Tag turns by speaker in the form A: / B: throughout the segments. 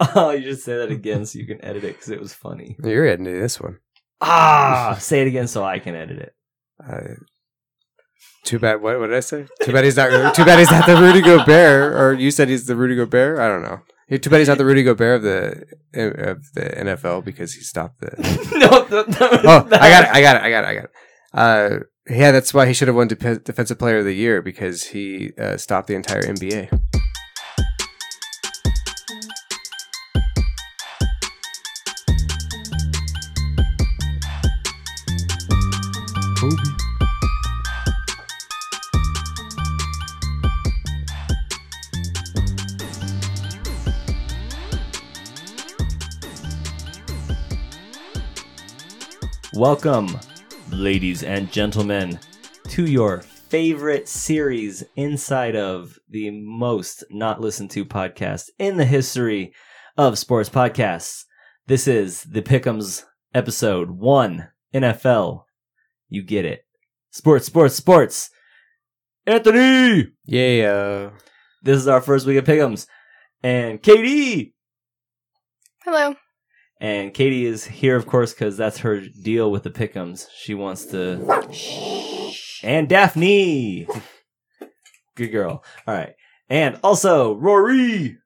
A: Oh, you just say that again so you can edit it because it was funny.
B: You're heading to this one.
A: Ah, say it again so I can edit it.
B: Uh, too bad. What, what did I say? Too bad he's not. Too bad he's not the Rudy Gobert. Or you said he's the Rudy Gobert. I don't know. Yeah, Too bad he's not the Rudy Gobert of the eh, of the NFL because he stopped the.
A: no, no, no,
B: Oh, I got it! I got it! I got it! I got it! Uh, yeah, that's why he should have won Dep- Defensive Player of the Year because he uh, stopped the entire NBA.
A: Welcome, ladies and gentlemen, to your favorite series inside of the most not listened to podcast in the history of sports podcasts. This is the Pick'ems episode one NFL. You get it. Sports, sports, sports. Anthony! uh,
B: Yeah.
A: This is our first week of Pick'ems. And Katie!
C: Hello.
A: And Katie is here, of course, because that's her deal with the Pickums. She wants to. And Daphne! Good girl. All right. And also, Rory!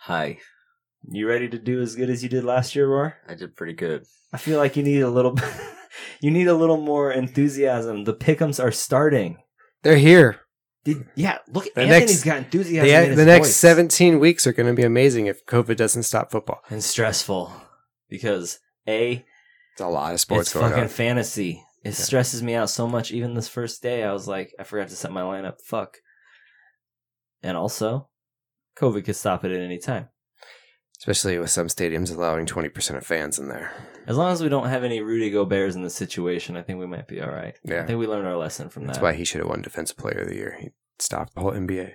D: Hi,
A: You ready to do as good as you did last year, Roar?
D: I did pretty good.
A: I feel like you need a little. you need a little more enthusiasm. The Pickums are starting.
B: They're here.
A: Did, yeah, look,
B: The
A: Anthony's
B: next-
A: got enthusiasm. in
B: The,
A: his
B: the next
A: voice.
B: 17 weeks are going to be amazing if COVID doesn't stop football.
A: And stressful. Because, A,
B: It's a lot of sports
A: it's
B: going
A: fucking
B: on.
A: fantasy. It stresses me out so much. Even this first day, I was like, I forgot to set my lineup. Fuck. And also, COVID could stop it at any time.
B: Especially with some stadiums allowing 20% of fans in there.
A: As long as we don't have any Rudy Gobert's in the situation, I think we might be all right. I
B: Yeah.
A: think we learned our lesson from
B: That's
A: that.
B: why he should have won Defensive Player of the Year. He stopped the whole NBA.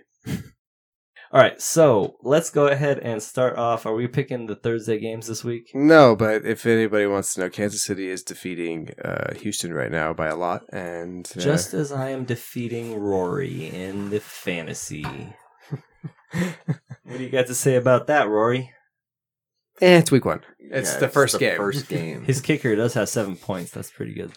A: All right, so let's go ahead and start off. Are we picking the Thursday games this week?
B: No, but if anybody wants to know, Kansas City is defeating uh, Houston right now by a lot. And uh,
A: Just as I am defeating Rory in the fantasy. what do you got to say about that, Rory?
B: eh, it's week one. It's the first game.
D: First game.
A: His kicker does have seven points. That's pretty good.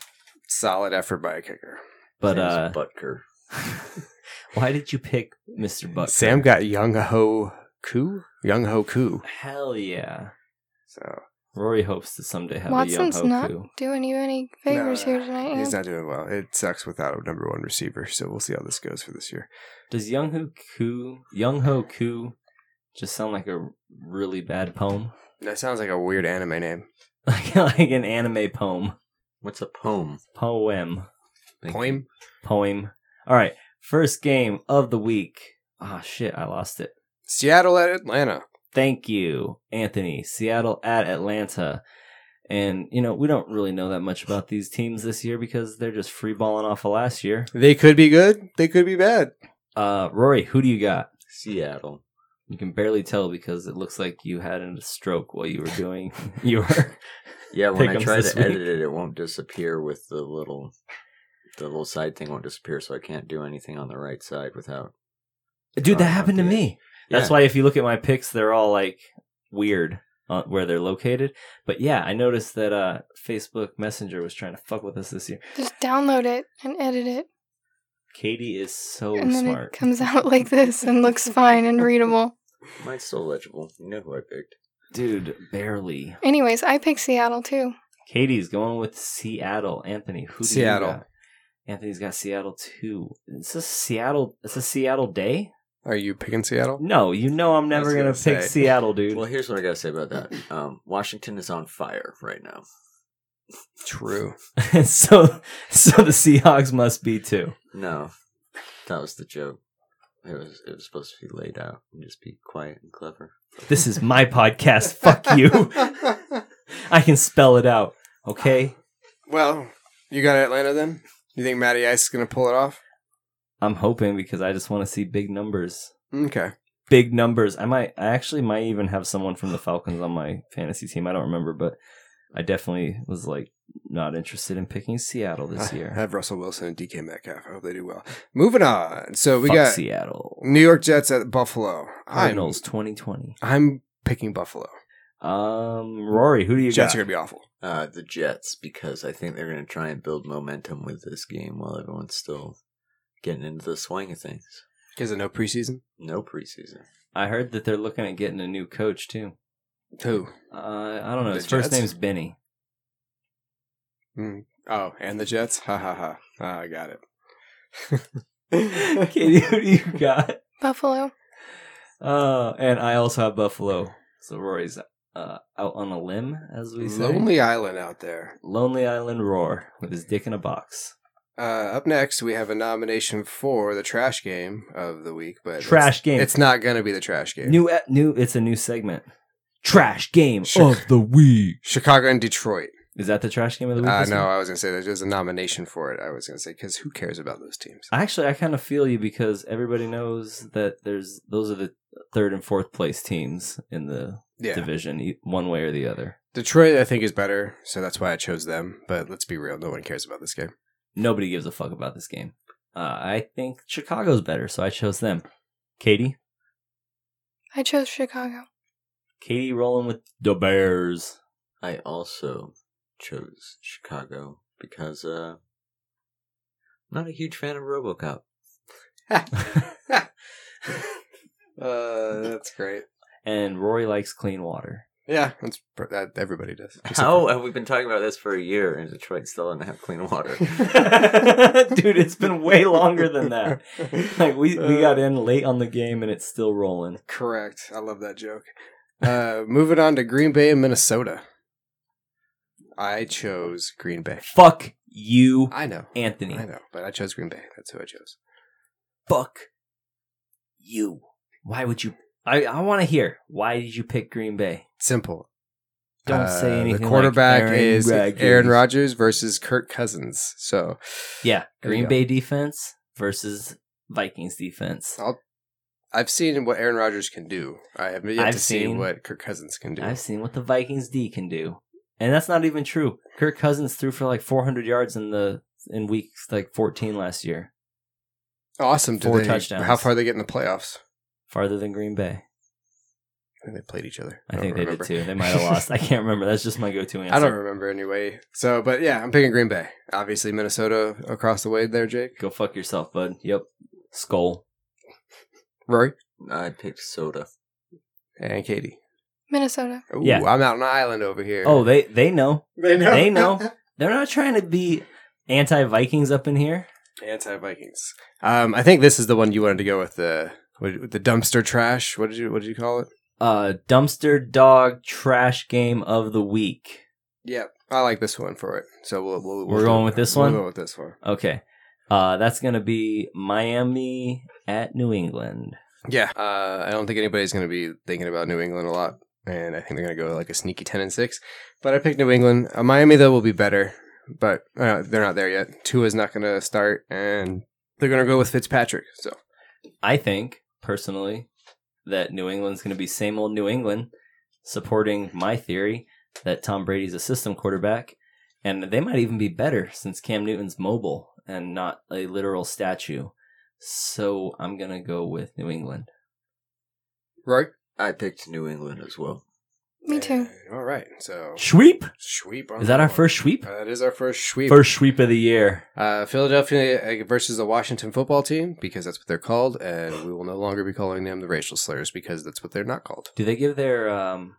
B: Solid effort by a kicker.
A: But
D: James
A: uh,
D: Butker.
A: Why did you pick Mr. Buck?
B: Sam got Young Ho Koo? Young Ho Koo.
A: Hell yeah.
B: So
A: Rory hopes to someday have
C: Watson's
A: a young
C: not
A: Hoku.
C: doing you any
B: No,
C: favors here
B: no,
C: tonight.
B: He's
C: yeah?
B: not doing well. It sucks without a number one receiver. So we'll see how this goes for this year.
A: Does Young Hoku Young Hoku just sound like a really bad poem?
B: That sounds like a weird anime name.
A: Like like an anime poem.
D: What's a poem?
A: Poem.
D: Thank
B: Poem.
A: Poem. Alright. First game of the week. Ah shit, I lost it.
B: Seattle at Atlanta.
A: Thank you, Anthony. Seattle at Atlanta. And you know, we don't really know that much about these teams this year because they're just free balling off of last year.
B: They could be good. They could be bad.
A: Uh Rory, who do you got?
D: you. Seattle.
A: You can barely tell because it looks like you had a stroke while you were doing your.
D: Yeah, when I
A: Pick'ems
D: try to
A: this week.
D: edit it, it won't disappear with the little, the little side thing won't disappear, so I can't do anything on the right side without.
A: Dude, that happened to me. That's
D: Oh, Yeah.
A: why if you look at my pics, they're all like weird uh, where they're located. But yeah, I noticed that uh, Facebook Messenger was trying to fuck with us this year.
C: Just download it and edit it,
A: Katie is so
C: and then
A: smart.
C: it comes out like this and looks fine and readable.
D: Mine's still legible. You know who I picked.
A: Dude, barely.
C: Anyways, I picked Seattle too.
A: Katie's going with Seattle. Anthony, who do
B: Seattle.
A: You got? Anthony's got Seattle too. It's a Seattle. It's a Seattle day.
B: Are you picking Seattle?
A: No, you know I'm
B: I was
A: never gonna,
B: gonna
A: pick
B: say.
A: Seattle, dude.
D: Well, here's what I gotta say about that. Um, Washington is on fire right now.
B: True.
A: so so the Seahawks must be too.
D: No, that was the joke. It was it was supposed to be laid out and just be quiet and clever.
A: This is my podcast. Fuck you. I can spell it out. Okay?
B: well, you got Atlanta then? You think Matty Ice is going to pull it off?
A: I'm hoping because I just want to see big numbers.
B: Okay.
A: Big numbers. I might I actually might even have someone from the Falcons on my fantasy team. I don't remember, but I definitely was like not interested in picking Seattle this
B: I
A: year.
B: Ah, have Russell Wilson and DK Metcalf. I hope they do well. Moving on. So we
A: Fuck
B: got
A: Seattle.
B: New York Jets at Buffalo. I'm,
A: Cardinals 2020.
B: I'm picking Buffalo.
A: Um, Rory, who do you
B: Jets
A: got?
B: are going to be awful.
D: Uh, the Jets because I think they're going to try and build momentum with this game while everyone's still getting into the swing of things.
B: Is it no preseason?
D: No preseason.
A: I heard that they're looking at getting a new coach too.
B: Who?
A: Uh, I don't know.
B: The
A: His first
B: Jets?
A: name's Benny.
B: Oh, and the Jets? Ha ha ha. Ah, I got it.
A: Katie, who do you got?
C: Buffalo.
A: Uh, and I also have Buffalo. So Rory's uh, out on a limb, as we say.
B: Lonely Island out there.
A: Lonely Island Roar with his dick in a box.
B: Uh, up next, we have a nomination for the trash game of the week, but
A: trash game.
B: It's, it's not going to be the trash game.
A: new. e- New. It's a new segment. Trash game
B: Sure.
A: of the week.
B: Chicago and Detroit.
A: Is that the trash game of the week?
B: Uh,
A: this
B: no,
A: week?
B: I was going to say there's- there's a nomination for it. I was going to say because who cares about those teams?
A: Actually, I kind of feel you because everybody knows that there's those are the third and fourth place teams in the
B: Yeah,
A: division, e- one way or the other.
B: Detroit I think is better, so that's why I chose them. But let's be real, no one cares about this game.
A: Nobody gives a fuck about this game. Uh, I think Chicago's better, so I chose them. Katie,
C: I chose Chicago.
A: Katie rolling with the Bears.
D: I also chose Chicago because uh, I'm not a huge fan of RoboCop.
B: uh, that's great.
A: and Rory likes clean water.
B: Yeah, that's pr- that everybody does. Except
D: How
A: Oh,
D: have we Oh, been talking about this for a year and Detroit still doesn't have clean water?
A: Dude, it's been way longer than that. Like we, we got
B: Uh,
A: in late on the game and it's still rolling.
B: Correct. I love that joke. Uh, moving on to Green Bay and Minnesota. I chose Green Bay.
A: Fuck you,
B: I know.
A: Anthony.
B: I know, but I chose Green Bay. That's who I chose.
A: Fuck you. Why would you I, I wanna hear. Why did you pick Green Bay?
B: Simple.
A: Don't
B: Uh,
A: say anything.
B: The
A: like
B: quarterback
A: Aaron
B: is
A: Rodgers.
B: Aaron Rodgers versus Kirk Cousins. So
A: Yeah.
B: There you
A: Green
B: go.
A: Bay defense versus Vikings defense.
B: I've seen what Aaron Rodgers can do. I have yet
A: I've
B: to see
A: seen-
B: what Kirk Cousins can do.
A: I've seen what the Vikings D can do, and that's not even true. Kirk Cousins threw for like 400 yards in the in week like 14 last year,
B: awesome. Did
A: Four
B: they-
A: touchdowns.
B: How far they get in the playoffs?
A: farther than Green Bay.
B: I think they played each other.
A: I
B: don't
A: think
B: remember.
A: they did too. They might have lost. I can't remember. That's just my go-to answer.
B: I don't remember anyway. So, but yeah, I'm picking Green Bay. Obviously, Minnesota across the way there, Jake.
A: Go fuck yourself, bud. Yep. Skull.
B: Rory
D: I picked soda.
B: and Katie.
C: Minnesota.
B: Ooh,
A: Yeah.
B: I'm out on an island over here.
A: Oh, they they know.
B: they know.
A: they know. They're not trying to be anti-Vikings up in here.
B: Anti Vikings. Um, I think this is the one you wanted to go with the what, the dumpster trash. What did you What did you call it?
A: Uh, dumpster dog trash game of the week.
B: Yep, I like this one for it. So we'll, we'll,
A: We're
B: we'll
A: going
B: do-
A: with this
B: we'll
A: one?
B: go with this one.
A: Okay. Uh, that's gonna be Miami at New England.
B: Yeah, uh, I don't think anybody's going to be thinking about New England a lot, and I think they're going to go like a sneaky ten and six. But I picked New England. Uh, Miami though will be better, but uh, they're not there yet. Tua is not going to start, and they're going to go with Fitzpatrick. So
A: I think personally that New England's going to be same old New England, supporting my theory that Tom Brady's a system quarterback, and they might even be better since Cam Newton's mobile and not a literal statue. So I'm gonna go with New England.
B: right,
D: I picked New England as well.
C: Me too.
B: all right, so
A: Sweep
B: sweep. on
A: is that our
B: one.
A: first sweep?
B: Uh, that is our first sweep.
A: First sweep of the year.
B: Uh, Philadelphia uh, versus the Washington football team because that's what they're called, and we will no longer be calling them the racial slurs because that's what they're not called.
A: Do they give their um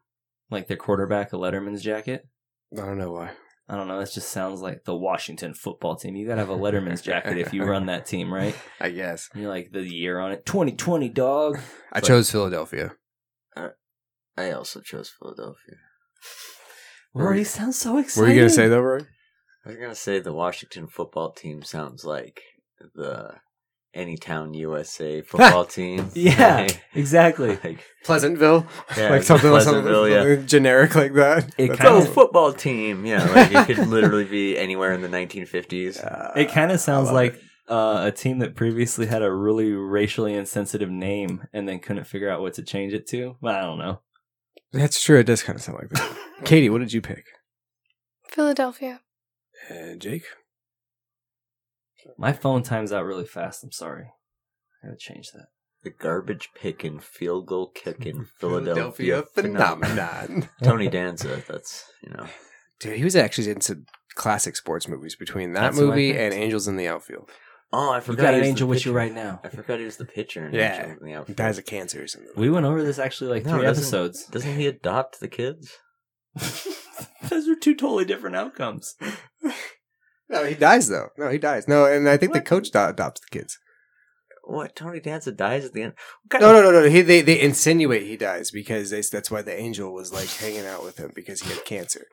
A: like their quarterback a Letterman's jacket?
B: I don't know why.
A: I don't know. That just sounds like the Washington football team. You gotta have a Letterman's jacket if you run that team, right?
B: I guess
A: And you're like the year on it, 2020, dog.
B: I chose Philadelphia.
D: I also chose Philadelphia.
B: Were
A: Rory
B: you-
A: sounds so excited.
B: Were you gonna say that, Roy?
D: I was gonna say the Washington football team sounds like the Anytown USA football team.
A: Yeah, exactly.
D: Like,
B: Pleasantville,
D: yeah,
B: like something, something,
D: Pleasantville, yeah.
B: something generic like that.
A: It kinda-
B: That's
D: Go
A: Kind of-
B: awesome.
D: football team. Yeah, like it could literally be anywhere in the 1950s.
B: Uh,
A: It kind of sounds
B: I love
A: like
B: it.
A: uh, a team that previously had a really racially insensitive name and then couldn't figure out what to change it to. Well, I don't know.
B: that's true. It does kind of sound like that. Katie, what did you pick?
C: Philadelphia.
B: And Uh, Jake,
A: My phone times out really fast. I'm sorry. I gotta change that.
D: The garbage picking, field goal kicking, Philadelphia,
B: phenomenon.
D: Tony Danza. That's you know.
B: Dude, he was actually in some classic sports movies between that
A: That's what I
B: movie
A: picked.
B: and Angels in the Outfield.
D: Oh, I
A: You
D: forgot.
A: got
D: he
A: an
D: was the
A: angel with you
D: pitcher.
A: right now.
D: I forgot he was the pitcher. In
B: Yeah.
D: Angel in the
B: He
D: outfield.
B: dies of cancer or something.
A: We went over this actually like
D: No,
A: three
D: it doesn't-
A: episodes.
D: Doesn't he adopt the kids?
A: Those are two totally different outcomes.
B: No, he dies though. No, he dies. No, and I think the
A: What?
B: coach do- adopts the kids.
D: What? Tony Danza dies at the end. What kind
B: No,
D: of-
B: no, no, no. He, they they insinuate he dies because they, that's why the angel was like hanging out with him because he had cancer.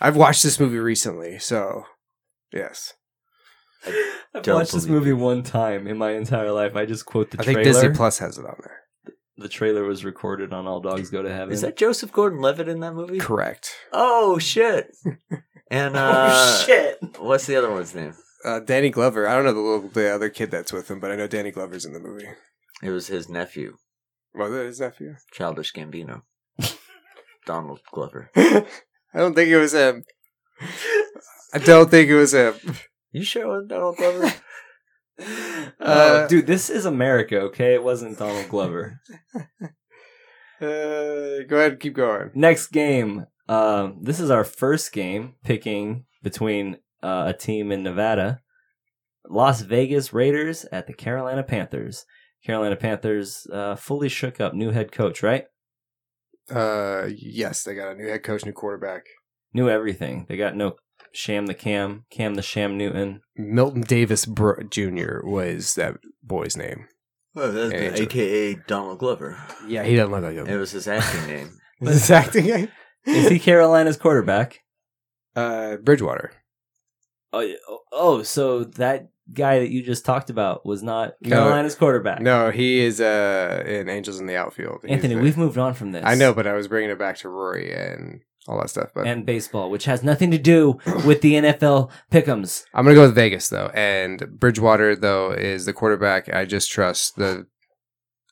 B: I've watched this movie recently, so yes,
A: I've
D: Don't
A: watched this
D: believe
A: movie one time in my entire life. I just quote the
B: I
A: trailer.
B: think Disney Plus has it on there.
A: The trailer was recorded on All Dogs Go to Heaven.
D: Is that Joseph Gordon-Levitt in that movie?
B: Correct.
D: Oh shit! And uh,
A: oh shit!
D: What's the other one's name?
B: Uh, Danny Glover. I don't know the little the other kid that's with him, but I know Danny Glover's in the movie.
D: It was his nephew,
B: Was it his nephew?
D: Childish Gambino, Donald Glover.
B: I don't think it was him. I don't think it was him.
D: You sure it was Donald Glover?
A: Uh,
B: Uh,
A: dude, this is America, okay? It wasn't Donald Glover.
B: Uh, go ahead, keep going.
A: Next game. Um, this is our first game picking between uh, a team in Nevada, Las Vegas Raiders at the Carolina Panthers. Carolina Panthers uh, fully shook up new head coach, right?
B: Uh, yes, they got a new head coach, new quarterback.
A: Knew everything. They got no Sham the Cam, Cam the Sham Newton.
B: Milton Davis Br- Jr. was that boy's name.
D: Oh, that's
B: Yeah,
D: the-
B: true.
D: AKA Donald Glover.
B: Yeah, he doesn't look like
D: It was his acting name.
B: His acting.
A: Is he Carolina's quarterback?
B: Uh, Bridgewater.
A: Oh, yeah. Oh, oh, so that guy that you just talked about was not
B: No.
A: Carolina's quarterback.
B: No, he is uh in Angels in the Outfield. He's
A: Anthony,
B: the-
A: we've moved on from this.
B: I know, but I was bringing it back to Rory and all that stuff. But
A: and baseball, which has nothing to do with the NFL pickums.
B: I'm gonna go with Vegas though, and Bridgewater though is the quarterback. I just trust the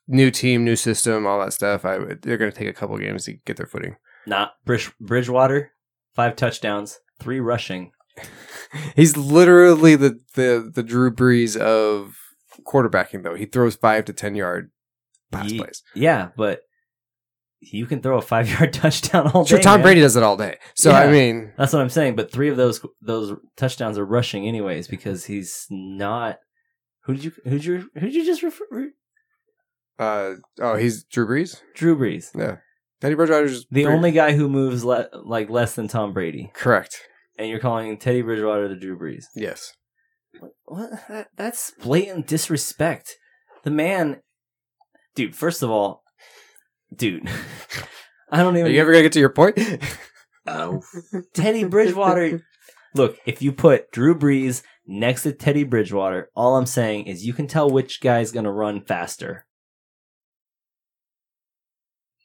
B: new team, new system, all that stuff. I would- they're gonna take a couple games to get their footing.
A: Not Bridge- Bridgewater, five touchdowns, three rushing.
B: He's literally the the the Drew Brees of quarterbacking though. He throws five to ten yard pass
A: Ye-
B: plays.
A: Yeah, but you can throw a five yard touchdown all
B: Sure,
A: day.
B: Tom
A: man.
B: Brady does it all day. So I
A: Yeah.
B: mean,
A: That's what I'm saying. But three of those those touchdowns are rushing anyways because he's not. Who did you who did you who did you just refer? re-
B: uh, oh, he's Drew Brees.
A: Drew Brees,
B: Teddy Bridgewater's
A: the
B: Brees.
A: only guy who moves le- like less than Tom Brady,
B: correct.
A: and you're calling Teddy Bridgewater the Drew Brees.
B: Yes,
A: What? That, that's blatant disrespect. The man, dude. First of all, dude, I don't
B: are
A: even.
B: you ever gonna get to your point?
D: No.
A: Teddy Bridgewater. Look, if you put Drew Brees next to Teddy Bridgewater, all I'm saying is you can tell which guy's gonna run faster.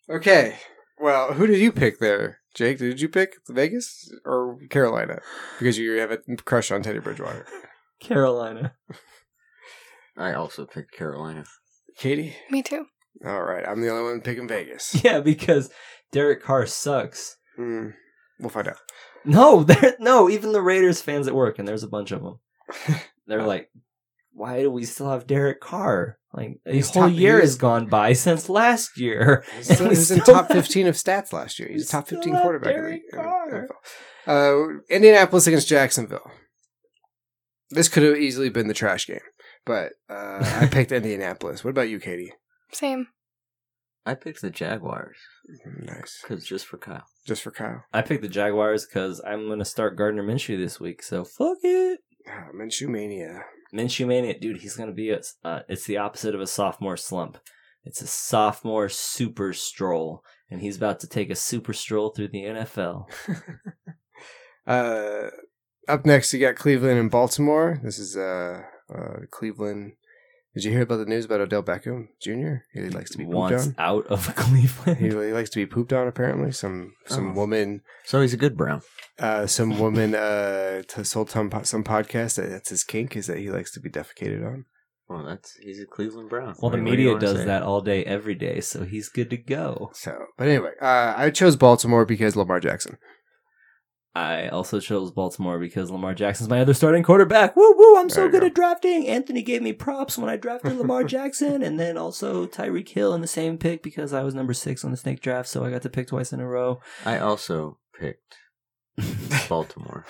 B: Okay. Well, who did you pick there, Jake? Did you pick Vegas or Carolina? Because you have a crush on Teddy Bridgewater.
A: Carolina.
D: I also picked Carolina.
B: Katie.
C: Me too.
B: All right, I'm the only one picking Vegas.
A: Yeah, because Derek Carr sucks.
B: Hmm. We'll find out.
A: No, there. No, even the Raiders fans at work, and there's a bunch of them. They're like, why do we still have Derek Carr? Like a
B: He's
A: whole
B: top-
A: year
B: he is-
A: has gone by since last year.
B: He's
A: And
B: still-
A: we
B: He was in
A: still
B: top
A: have-
B: 15 of stats last year. He's
A: we
B: a top
A: still
B: 15
A: have
B: quarterback. in
A: Derek
B: the-
A: Carr.
B: NFL. Uh, Indianapolis against Jacksonville. This could have easily been the trash game, but uh, I picked Indianapolis. What about you, Katie?
C: Same.
D: I picked the Jaguars
B: Nice.
D: because just for Kyle.
B: Just for Kyle.
A: I picked the Jaguars because I'm gonna start Gardner Minshew this week. So fuck it.
B: Ah, Minshew Mania.
A: Minshew Mania, dude, he's gonna be a. Uh, it's the opposite of a sophomore slump. It's a sophomore super stroll, and he's about to take a super stroll through the NFL.
B: Uh, up next, you got Cleveland and Baltimore. This is uh, uh, Cleveland. Did you hear about the news about Odell Beckham Jr.? He likes to be pooped
A: Wants
B: on.
A: out of
B: He,
A: Cleveland.
B: he likes to be pooped on. Apparently, some some
D: Oh.
B: woman,
D: So he's a good brown.
B: uh, some woman uh, t- sold some po- some podcast that that's his kink is that he likes to be defecated on.
D: Well, that's he's a Cleveland Brown.
A: Well, the
D: I mean, what do
A: media
D: you wanna
A: does
D: say?
A: that all day, every day, so he's good to go.
B: So, but anyway, uh, I chose Baltimore because Lamar Jackson.
A: I also chose Baltimore because Lamar Jackson's my other starting quarterback. Woo woo! I'm so
B: There you
A: good
B: go.
A: at drafting. Anthony gave me props when I drafted Lamar Jackson, and then also Tyreek Hill in the same pick because I was number six on the snake draft, so I got to pick twice in a row.
D: I also picked Baltimore.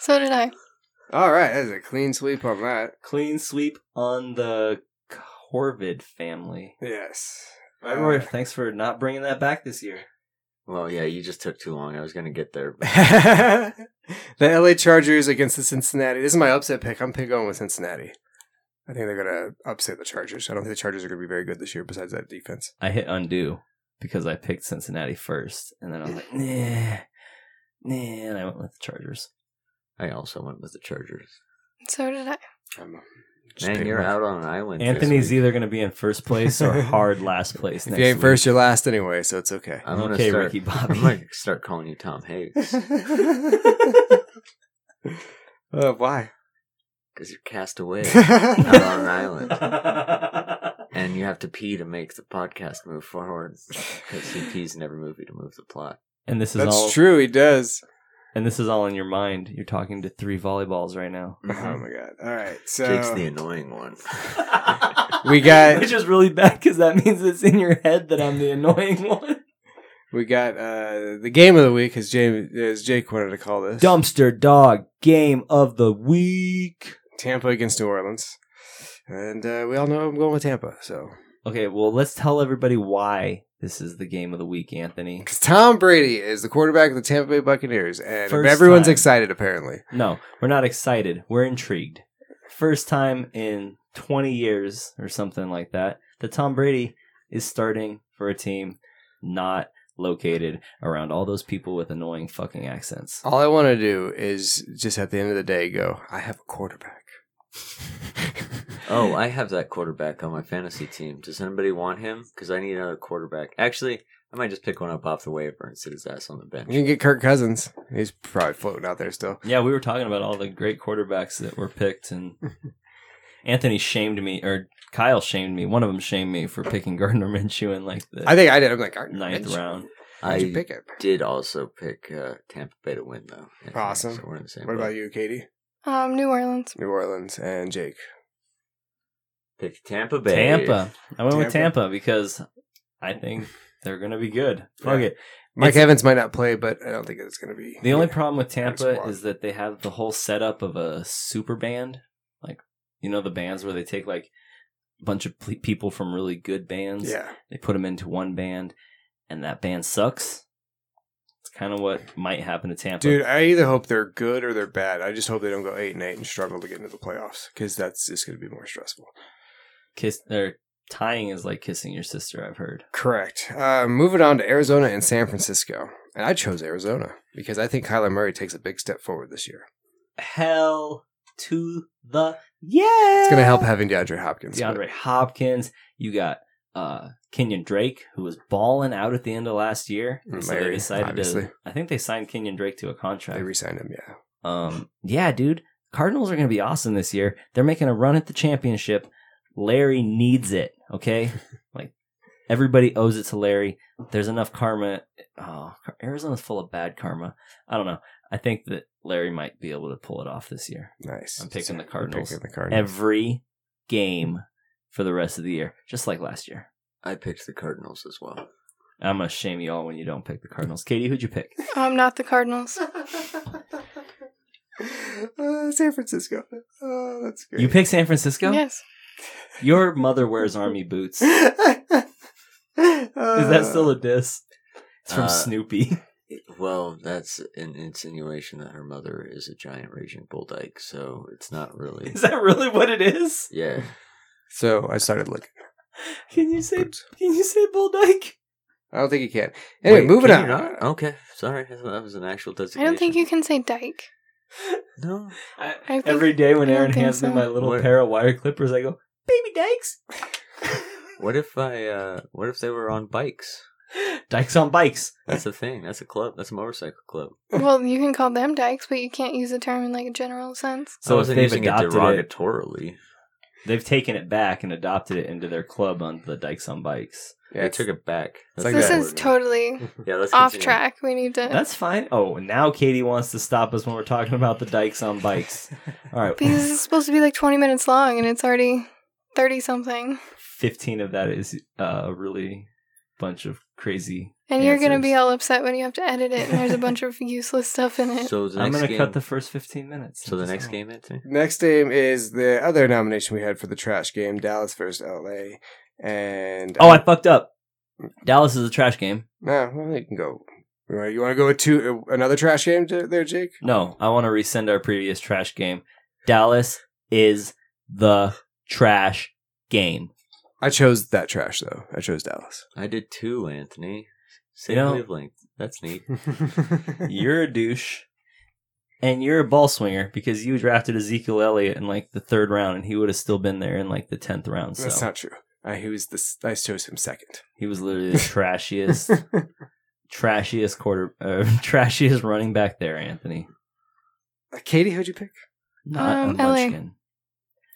C: So did I.
B: All right, that's a clean sweep on that.
A: Clean sweep on the Corvid family.
B: Yes.
A: All right, Roy, thanks for not bringing that back this year.
D: Well, yeah, you just took too long. I was gonna get there. but-
B: the LA Chargers against the Cincinnati. This is my upset pick. I'm pick going with Cincinnati. I think they're going to upset the Chargers. I don't think the Chargers are going to be very good this year besides that defense.
A: I hit undo because I picked Cincinnati first, and then I was like, nah, nah, and I went with the Chargers.
D: I also went with the Chargers.
C: So did I.
B: I'm just
D: Man,
B: picking
D: you're
B: them.
D: out on an island. this
A: Anthony's
D: week.
A: either going to be in first place or hard last place.
B: If
A: next
B: you ain't
A: week.
B: first, you're last anyway, so it's okay.
D: I'm gonna
A: Okay,
D: start,
A: Ricky Bobby.
D: I'm gonna start calling you Tom Hanks
B: uh, why?
D: because you're cast away out on an
B: All
D: island, and you have to pee to make the podcast move forward. Because he pees in every movie to move the plot.
A: and this is
B: That's
A: all
B: true. He does.
A: and this is all in your mind. You're talking to three volleyballs right now.
B: Oh
D: Uh-huh.
B: my god! All right,
D: Mm-hmm. Jake's
B: so
D: the annoying one.
B: We got-
A: which is really bad because that means it's in your head that I'm the annoying one.
B: we got uh, the game of the week, as James, as Jake wanted to call this,
A: Dumpster dog game of the week.
B: Tampa against New Orleans, and uh, we all know I'm going with Tampa. So
A: Okay, well let's tell everybody why this is the game of the week, Anthony.
B: because Tom Brady is the quarterback of the Tampa Bay Buccaneers, and
A: First
B: everyone's
A: time.
B: excited apparently.
A: No, we're not excited. We're intrigued. First time in 20 years or something like that that Tom Brady is starting for a team not located around all those people with annoying fucking accents.
B: All I want to do is just at the end of the day go, I have a quarterback.
D: Oh, I have that quarterback on my fantasy team. Does anybody want him? Because I need another quarterback. Actually, I might just pick one up off the waiver and sit his ass on the
B: You can
D: bench.
B: get Kirk Cousins. He's probably floating out there still.
A: Yeah, we were talking about all the great quarterbacks that were picked, and Anthony shamed me, or Kyle shamed me. One of them shamed me for picking Gardner Minshew in like the
B: I think I did. I'm like "All right,
A: ninth
B: Mitch,
A: round.
B: Why'd you
D: I
B: pick it?
D: did also pick uh, Tampa Bay to win, though. I think,
B: Awesome.
D: So we're in the same
B: What
D: boat.
B: about you, Katie?
C: Um, New Orleans.
B: New Orleans and Jake.
D: Pick Tampa Bay.
A: Tampa. I went with
B: Tampa.
A: Tampa because I think they're going to be good. Fuck
B: Yeah.
A: it.
B: Mike
A: It's-
B: Evans might not play, but I don't think it's going to be.
A: The only problem with Tampa
B: Squad.
A: is that they have the whole setup of a super band, like you know the bands where they take like a bunch of ple- people from really good bands,
B: Yeah.
A: they put them into one band, and that band sucks. It's kind of what might happen to Tampa.
B: Dude, I either hope they're good or they're bad. I just hope they don't go 8 and 8 and struggle to get into the playoffs because that's just going to be more stressful.
A: Kiss, or tying is like kissing your sister. I've heard.
B: Correct. Uh, moving on to Arizona and San Francisco. And I chose Arizona because I think Kyler Murray takes a big step forward this year.
A: Hell to the yeah!
B: It's going to help having DeAndre Hopkins. but-
A: DeAndre Hopkins. You got uh, Kenyon Drake, who was balling out at the end of last year.
B: And
A: so they
B: Larry,
A: decided
B: obviously.
A: to. I think they signed Kenyon Drake to a
B: They
A: contract.
B: re signed him, yeah.
A: um, yeah, dude. Cardinals are going to be awesome this year. They're making a run at the championship. Larry needs it. Okay, like everybody owes it to Larry. There's enough karma. Oh, Car- Arizona's full of bad karma. I don't know. I think that Larry might be able to pull it off this year.
B: Nice.
A: I'm picking the
B: You're
A: Cardinals.
B: Picking the Cardinals.
A: Every game for the rest of the year, just like last year.
D: I picked the Cardinals as well.
A: I'm gonna shame you all when you don't pick the Cardinals. Katie, who'd you pick?
C: Um, not the Cardinals.
B: Uh, San Francisco. Oh, that's great.
A: You pick San Francisco.
C: Yes.
A: Your mother wears army boots. Is that
B: that
A: still a diss? It's from
D: Uh,
A: Snoopy.
D: Well, that's an insinuation that her mother is a giant raging bull dyke, so it's not really.
A: Is that really what it is?
D: Yeah.
B: So I started looking.
A: Can you say?
B: Oops.
A: Can you say Bull Dyke?
B: I don't think you can. Anyway,
D: Wait,
B: moving
D: can
B: on.
D: you not? Okay, sorry. I thought that was an actual
C: I
D: designation.
C: don't think you can say Dyke.
D: No.
A: I,
C: think-
A: every day when
C: I don't
A: Aaron
C: think
A: hands me
C: so.
A: my little
D: What?
A: pair of wire clippers, I go, "Baby Dykes."
D: What if I? uh What if they were on bikes?
A: Dykes on bikes.
D: That's a thing. That's a club. That's a motorcycle club.
C: Well, you can call them dykes, but you can't use the term in like a general sense.
A: So
D: I
A: if
D: wasn't
A: they've
D: using it
A: adopted it,
D: derogatorily.
A: They've taken it back and adopted it into their club on the Dikes on Bikes.
B: Yeah,
D: they
B: it's-
D: took it back.
B: It's like
C: this
B: that.
C: is totally
D: yeah, let's
C: off
D: continue.
C: track. We need to
A: That's fine. Oh, now Katie wants to stop us when we're talking about the Dikes on Bikes. All right.
C: because this is supposed to be like 20 minutes long and it's already 30 something.
A: 15 of that is uh, a really bunch of crazy.
C: And you're going to be
A: Answers.
C: all upset when you have to edit it and there's a bunch of useless stuff in it.
D: So the next
A: I'm going to
D: game,
A: cut the first 15 minutes.
D: So the next
A: Just-
D: game, Anthony.
B: Next game is the other nomination we had for the trash game: Dallas versus LA. And uh,
A: Oh, I fucked up. Dallas is a trash game.
B: nah, well, you can go. You want to go with two uh, another trash game to, there, Jake?
A: No, I want to rescind our previous trash game. Dallas is the trash game.
B: I chose that trash though. I chose Dallas.
D: I did two, Anthony. Same
A: know-
D: wavelength. That's neat.
A: You're a douche. And you're a ball swinger because you drafted Ezekiel Elliott in like the third round, and he would have still been there in like the tenth round. So
B: That's not true. I he was this. I chose him second.
A: he was literally the trashiest, trashiest quarter, uh, trashiest running back there. Anthony,
B: Katie, who'd you pick?
A: not
C: Um,
A: a
C: LA.
A: munchkin.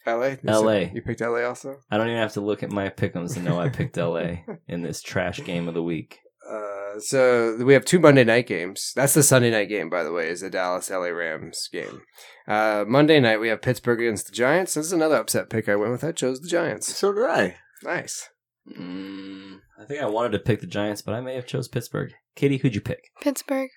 B: L.A.
A: LA.
B: You picked L.A. also.
A: I don't even have to look at my pickums to know I picked L.A. in this trash game of the week.
B: Uh, so we have two Monday night games. That's the Sunday night game, by the way, is the Dallas LA Rams game. Uh, Monday night we have Pittsburgh against the Giants. This is another upset pick I went with. I chose the Giants.
D: So did I.
B: Nice.
A: Mm, I think I wanted to pick the Giants, but I may have chose Pittsburgh. Katie, who'd you pick?
C: Pittsburgh.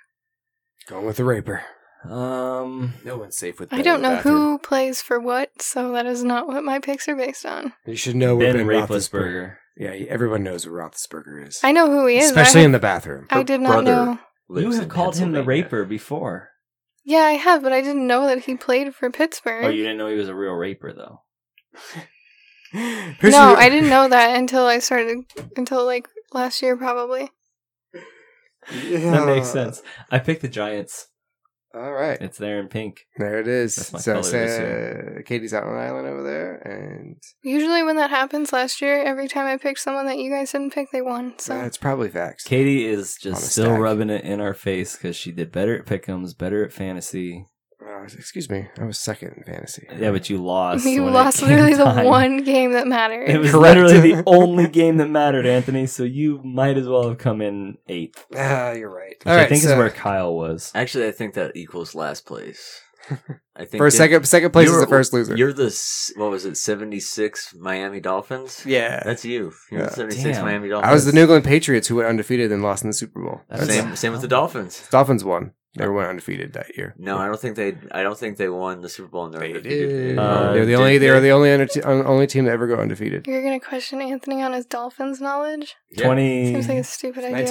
B: Going with the Raper.
A: Um,
B: No one's safe with.
C: I
B: Ben
C: don't
B: in the
C: know
B: bathroom.
C: who plays for what, so that is not what my picks are based on.
B: You should know what
A: Ben
B: Ben Roethlisberger.
A: Roethlisberger.
B: Yeah, everyone knows what Roethlisberger is,
C: I know who he is. but
B: especially
C: I,
B: in the bathroom.
C: I
D: Her
C: did not
D: brother.
C: know.
A: You
D: Lives
A: have
D: in
A: called him the
D: Pennsylvania.
A: raper before.
C: Yeah, I have, but I didn't know that he played for Pittsburgh.
A: Oh, you didn't know he was a real raper, though.
B: Who's
C: no,
B: your-
C: I didn't know that until I started until like last year probably.
A: That
B: Yeah.
A: makes sense. I picked the Giants.
B: All right,
A: It's there in pink.
B: there it is.
A: That's my
B: So
A: color this
B: uh, Katie's out on an island over there, and
C: Usually when that happens last year, every time I picked someone that you guys didn't pick, they won. So
B: that's probably facts.
A: Katie is
B: On
A: just
B: a
A: still
B: stack.
A: rubbing it in our face because she did better at pickums, better at fantasy.
B: Uh, excuse me, I was second in fantasy.
A: Yeah, but you lost.
C: you
A: when it
C: lost
A: came
C: literally
A: time.
C: the one game that mattered.
A: It was
B: Correct.
A: literally the only game that mattered, Anthony. So you might as well have come in eighth, which
B: Ah, you're right.
A: I think is where Kyle was.
D: Actually, I think that equals last place. I think
B: first
D: that-
B: second second place is
D: you're-
B: the first loser.
D: You're the s- what was it? Seventy six Miami Dolphins.
B: yeah,
D: That's you. You're
B: Yeah.
D: the seventy six
A: Damn.
D: Miami Dolphins.
B: I was the New England Patriots who went undefeated and lost in the Super Bowl.
A: That's-
D: same. Same with the Dolphins.
B: Dolphins won. They went undefeated that year.
D: No, I don't think they. I don't think they won the Super Bowl. In their
B: They
D: undefeated-
B: did.
A: Uh,
B: they're the
D: did
B: only. They
D: they?
B: are the only under, only team to ever go undefeated.
C: You're gonna question Anthony on his Dolphins knowledge?
D: Yeah.
A: Twenty.
C: Seems like a stupid idea.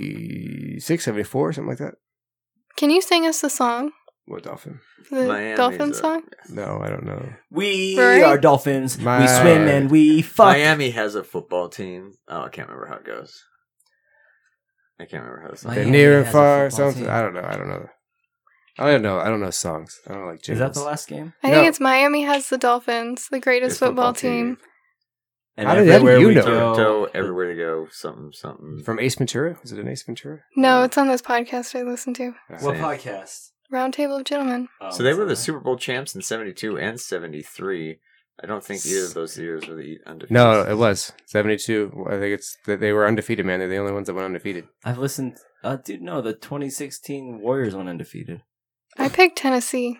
B: 1976, 74, something like that.
C: Can you sing us the song?
B: What dolphin?
C: The
D: Miami's
C: Dolphin
D: a-
C: song?
B: No, I don't know.
A: We
C: Right?
A: are dolphins. we
B: My-
A: swim and we fuck.
D: Miami has a football team. Oh, I can't remember how it goes. I can't remember how it's
A: Miami
B: They're near and
A: has a
B: far.
A: football
B: Something.
A: team.
B: I don't know. I don't know. I don't know. I don't know songs. I don't like.
A: Is that the
B: jingles.
A: last game?
C: I think
B: No.
C: it's Miami has the Dolphins, the greatest football, team.
A: And
B: How did- how did you
A: we
B: know?
A: go-
D: Toronto, everywhere to go, something, something.
B: from Ace Ventura? Was it an Ace Ventura?
C: No,
D: Yeah.
C: it's on this podcast I listen to.
A: What
D: Same.
A: podcast?
C: Roundtable of Gentlemen.
A: Oh,
D: so they were the
A: that's
D: Super Bowl champs in '72 and '73. I don't think either of those years were the undefeated.
B: No, it was seventy-two. I think it's that they were undefeated, man. They're the only ones that went undefeated.
A: not- I've listened. Uh, dude, no, the 2016 Warriors went undefeated.
C: I picked Tennessee.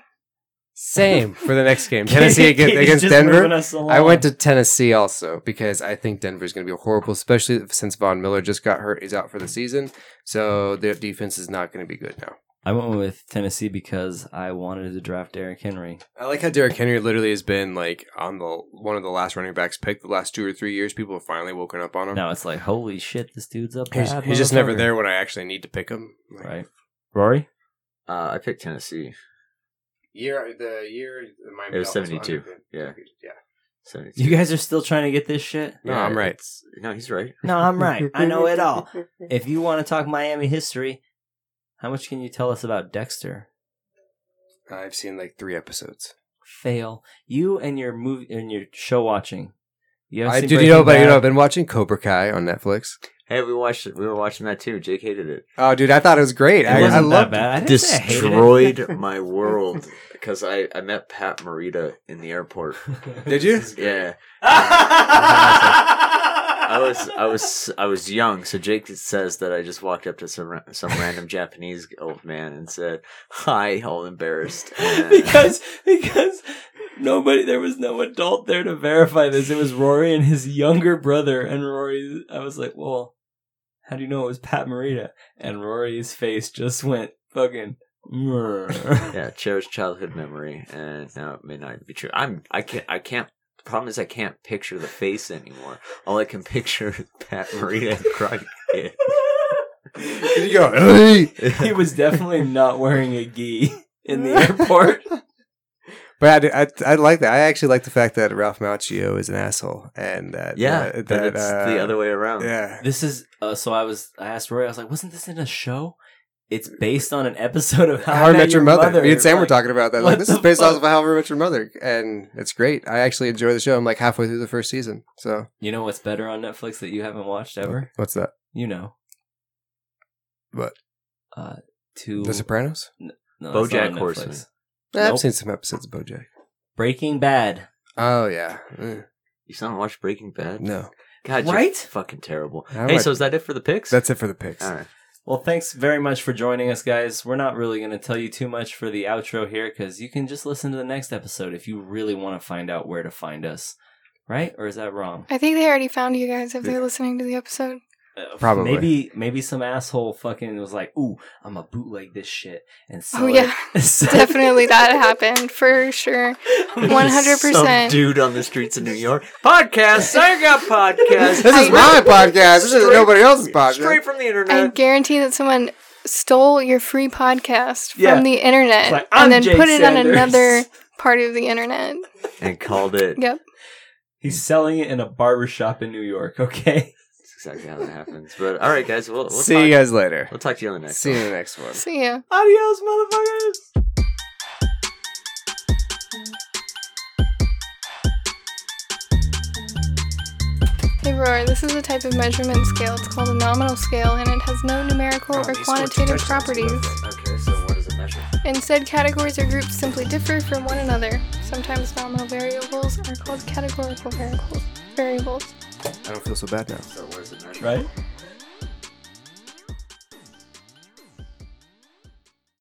B: Same for the next game, Tennessee against, against Denver. I went to Tennessee also because I think Denver's going to be horrible, especially since Von Miller just got hurt. He's out for the season, so their defense is not going to be good now.
A: I went with Tennessee because I wanted to draft Derrick Henry.
B: I like how Derrick Henry literally has been like on the one of the last running backs picked the last two or three years. People have finally woken up on him.
A: Now it's like, holy shit, this dude's up.
B: he's,
A: bad
B: he's just never
A: motherfucker.
B: there when I actually need to pick him. Like,
A: Right. Rory?
D: Uh, I picked Tennessee.
B: Year the year the Miami
D: It was
B: Dolphins were
D: 72,
B: undefeated.
D: yeah.
B: yeah.
D: '72.
A: You guys are still trying to get this shit?
B: No, I'm right.
D: it's- No, he's right.
A: No, I'm right. I know it all. If you want to talk Miami history, how much can you tell us about Dexter?
B: I've seen like three episodes.
A: Fail. You and your movie and your show watching. You haven't
B: I
A: seen
B: did you know,
A: Breaking
B: but you know,
A: Bad?
B: I've been watching Cobra Kai on Netflix.
D: Hey, we watched it. We were watching that too. Jake hated it.
B: Oh, dude, I thought it was great.
A: It
B: I,
A: wasn't that
B: I loved
A: bad. I didn't say I hated it.
D: Destroyed my world because I, I met Pat Morita in the airport.
B: Did you?
D: Yeah, I
A: I
D: was I was I was young. So Jake says that I just walked up to some ra- some random Japanese old man and said hi, all embarrassed. And-
A: because because nobody there was no adult there to verify this. It was Rory and his younger brother, and Rory. I was like, well, how do you know it was Pat Morita? And Rory's face just went fucking. "Mrrr."
D: yeah, cherished childhood memory, and now it may not be true. I'm I can't I can't. The problem is I can't picture the face anymore. All I can picture is Pat Morita and Karate Kid.
B: Did you go? "Hey!"
A: he was definitely not wearing a gi in the airport.
B: But I, did- I, I like that. I actually like the fact that Ralph Macchio is an asshole, and that uh,
D: Yeah,
B: that,
D: that, it's the other way around.
B: Yeah,
A: This is uh, so. I was. I asked Rory. I was like, "Wasn't this in a show? It's based on an episode of How
B: How I Met Your Mother. Me and Sam were
A: Like,
B: talking about that.
A: what
B: Like, this
A: the
B: is based
A: fuck?
B: off of How I Met Your Mother, and it's great. I actually enjoy the show. I'm like halfway through the first season. So
A: You know what's better on Netflix that you haven't watched ever?
B: what's that?
A: You know.
B: What?
A: Uh, to
B: The Sopranos?
A: no, that's not
D: BoJack
A: on Netflix.
D: Horseman.
B: Yeah,
A: Nope.
B: I've seen some episodes of BoJack.
A: Breaking Bad.
B: Oh yeah, Mm,
D: You still haven't watched Breaking Bad?
B: no,
D: God,
A: Right?
D: right? fucking terrible.
B: How
D: hey,
B: much-
D: so is that it for the picks?
B: that's it for the picks.
D: all right.
A: Well, thanks very much for joining us, guys. We're not really going to tell you too much for the outro here because you can just listen to the next episode if you really want to find out where to find us. Right? Or is that wrong?
C: I think they already found you guys if they're listening to the episode.
A: Uh,
B: Probably.
A: Maybe maybe some asshole fucking was like, "Ooh, I'm a bootleg this shit," and sell
C: Oh,
A: it."
C: yeah.
A: So-
C: Definitely that happened for sure.
A: I'm
C: One-
A: just-
C: 100%.
D: Some dude on the streets of New York. Podcast. I got podcast.
B: This is
C: I-
B: my podcast. This is
D: Straight-
B: nobody else's
D: Straight
B: podcast.
D: from the
C: I
D: internet.
C: guarantee that someone stole your free podcast from
A: Yeah.
C: the internet
A: It's like, "I'm
C: and then
A: Jake
C: put it on
A: Sanders."
C: another part of the internet.
D: and called it.
C: Yep.
A: He's selling it in a barber shop in New York. Okay.
D: That's exactly how that happens. But all right, guys. We'll, we'll
B: See
D: talk.
B: you guys later.
D: We'll talk to you on the next.
B: See you in the next one.
C: So yeah.
A: Adios, motherfuckers.
C: Hey Roar, this is a type of measurement scale. It's called a nominal scale and it has no
A: Oh,
C: numerical or quantitative properties.
D: Okay, so what does it measure?
C: Instead, categories or groups simply differ from one another. Sometimes nominal variables are called categorical variables. Variables.
B: I don't feel so bad now.
D: So what does it measure?
A: Right?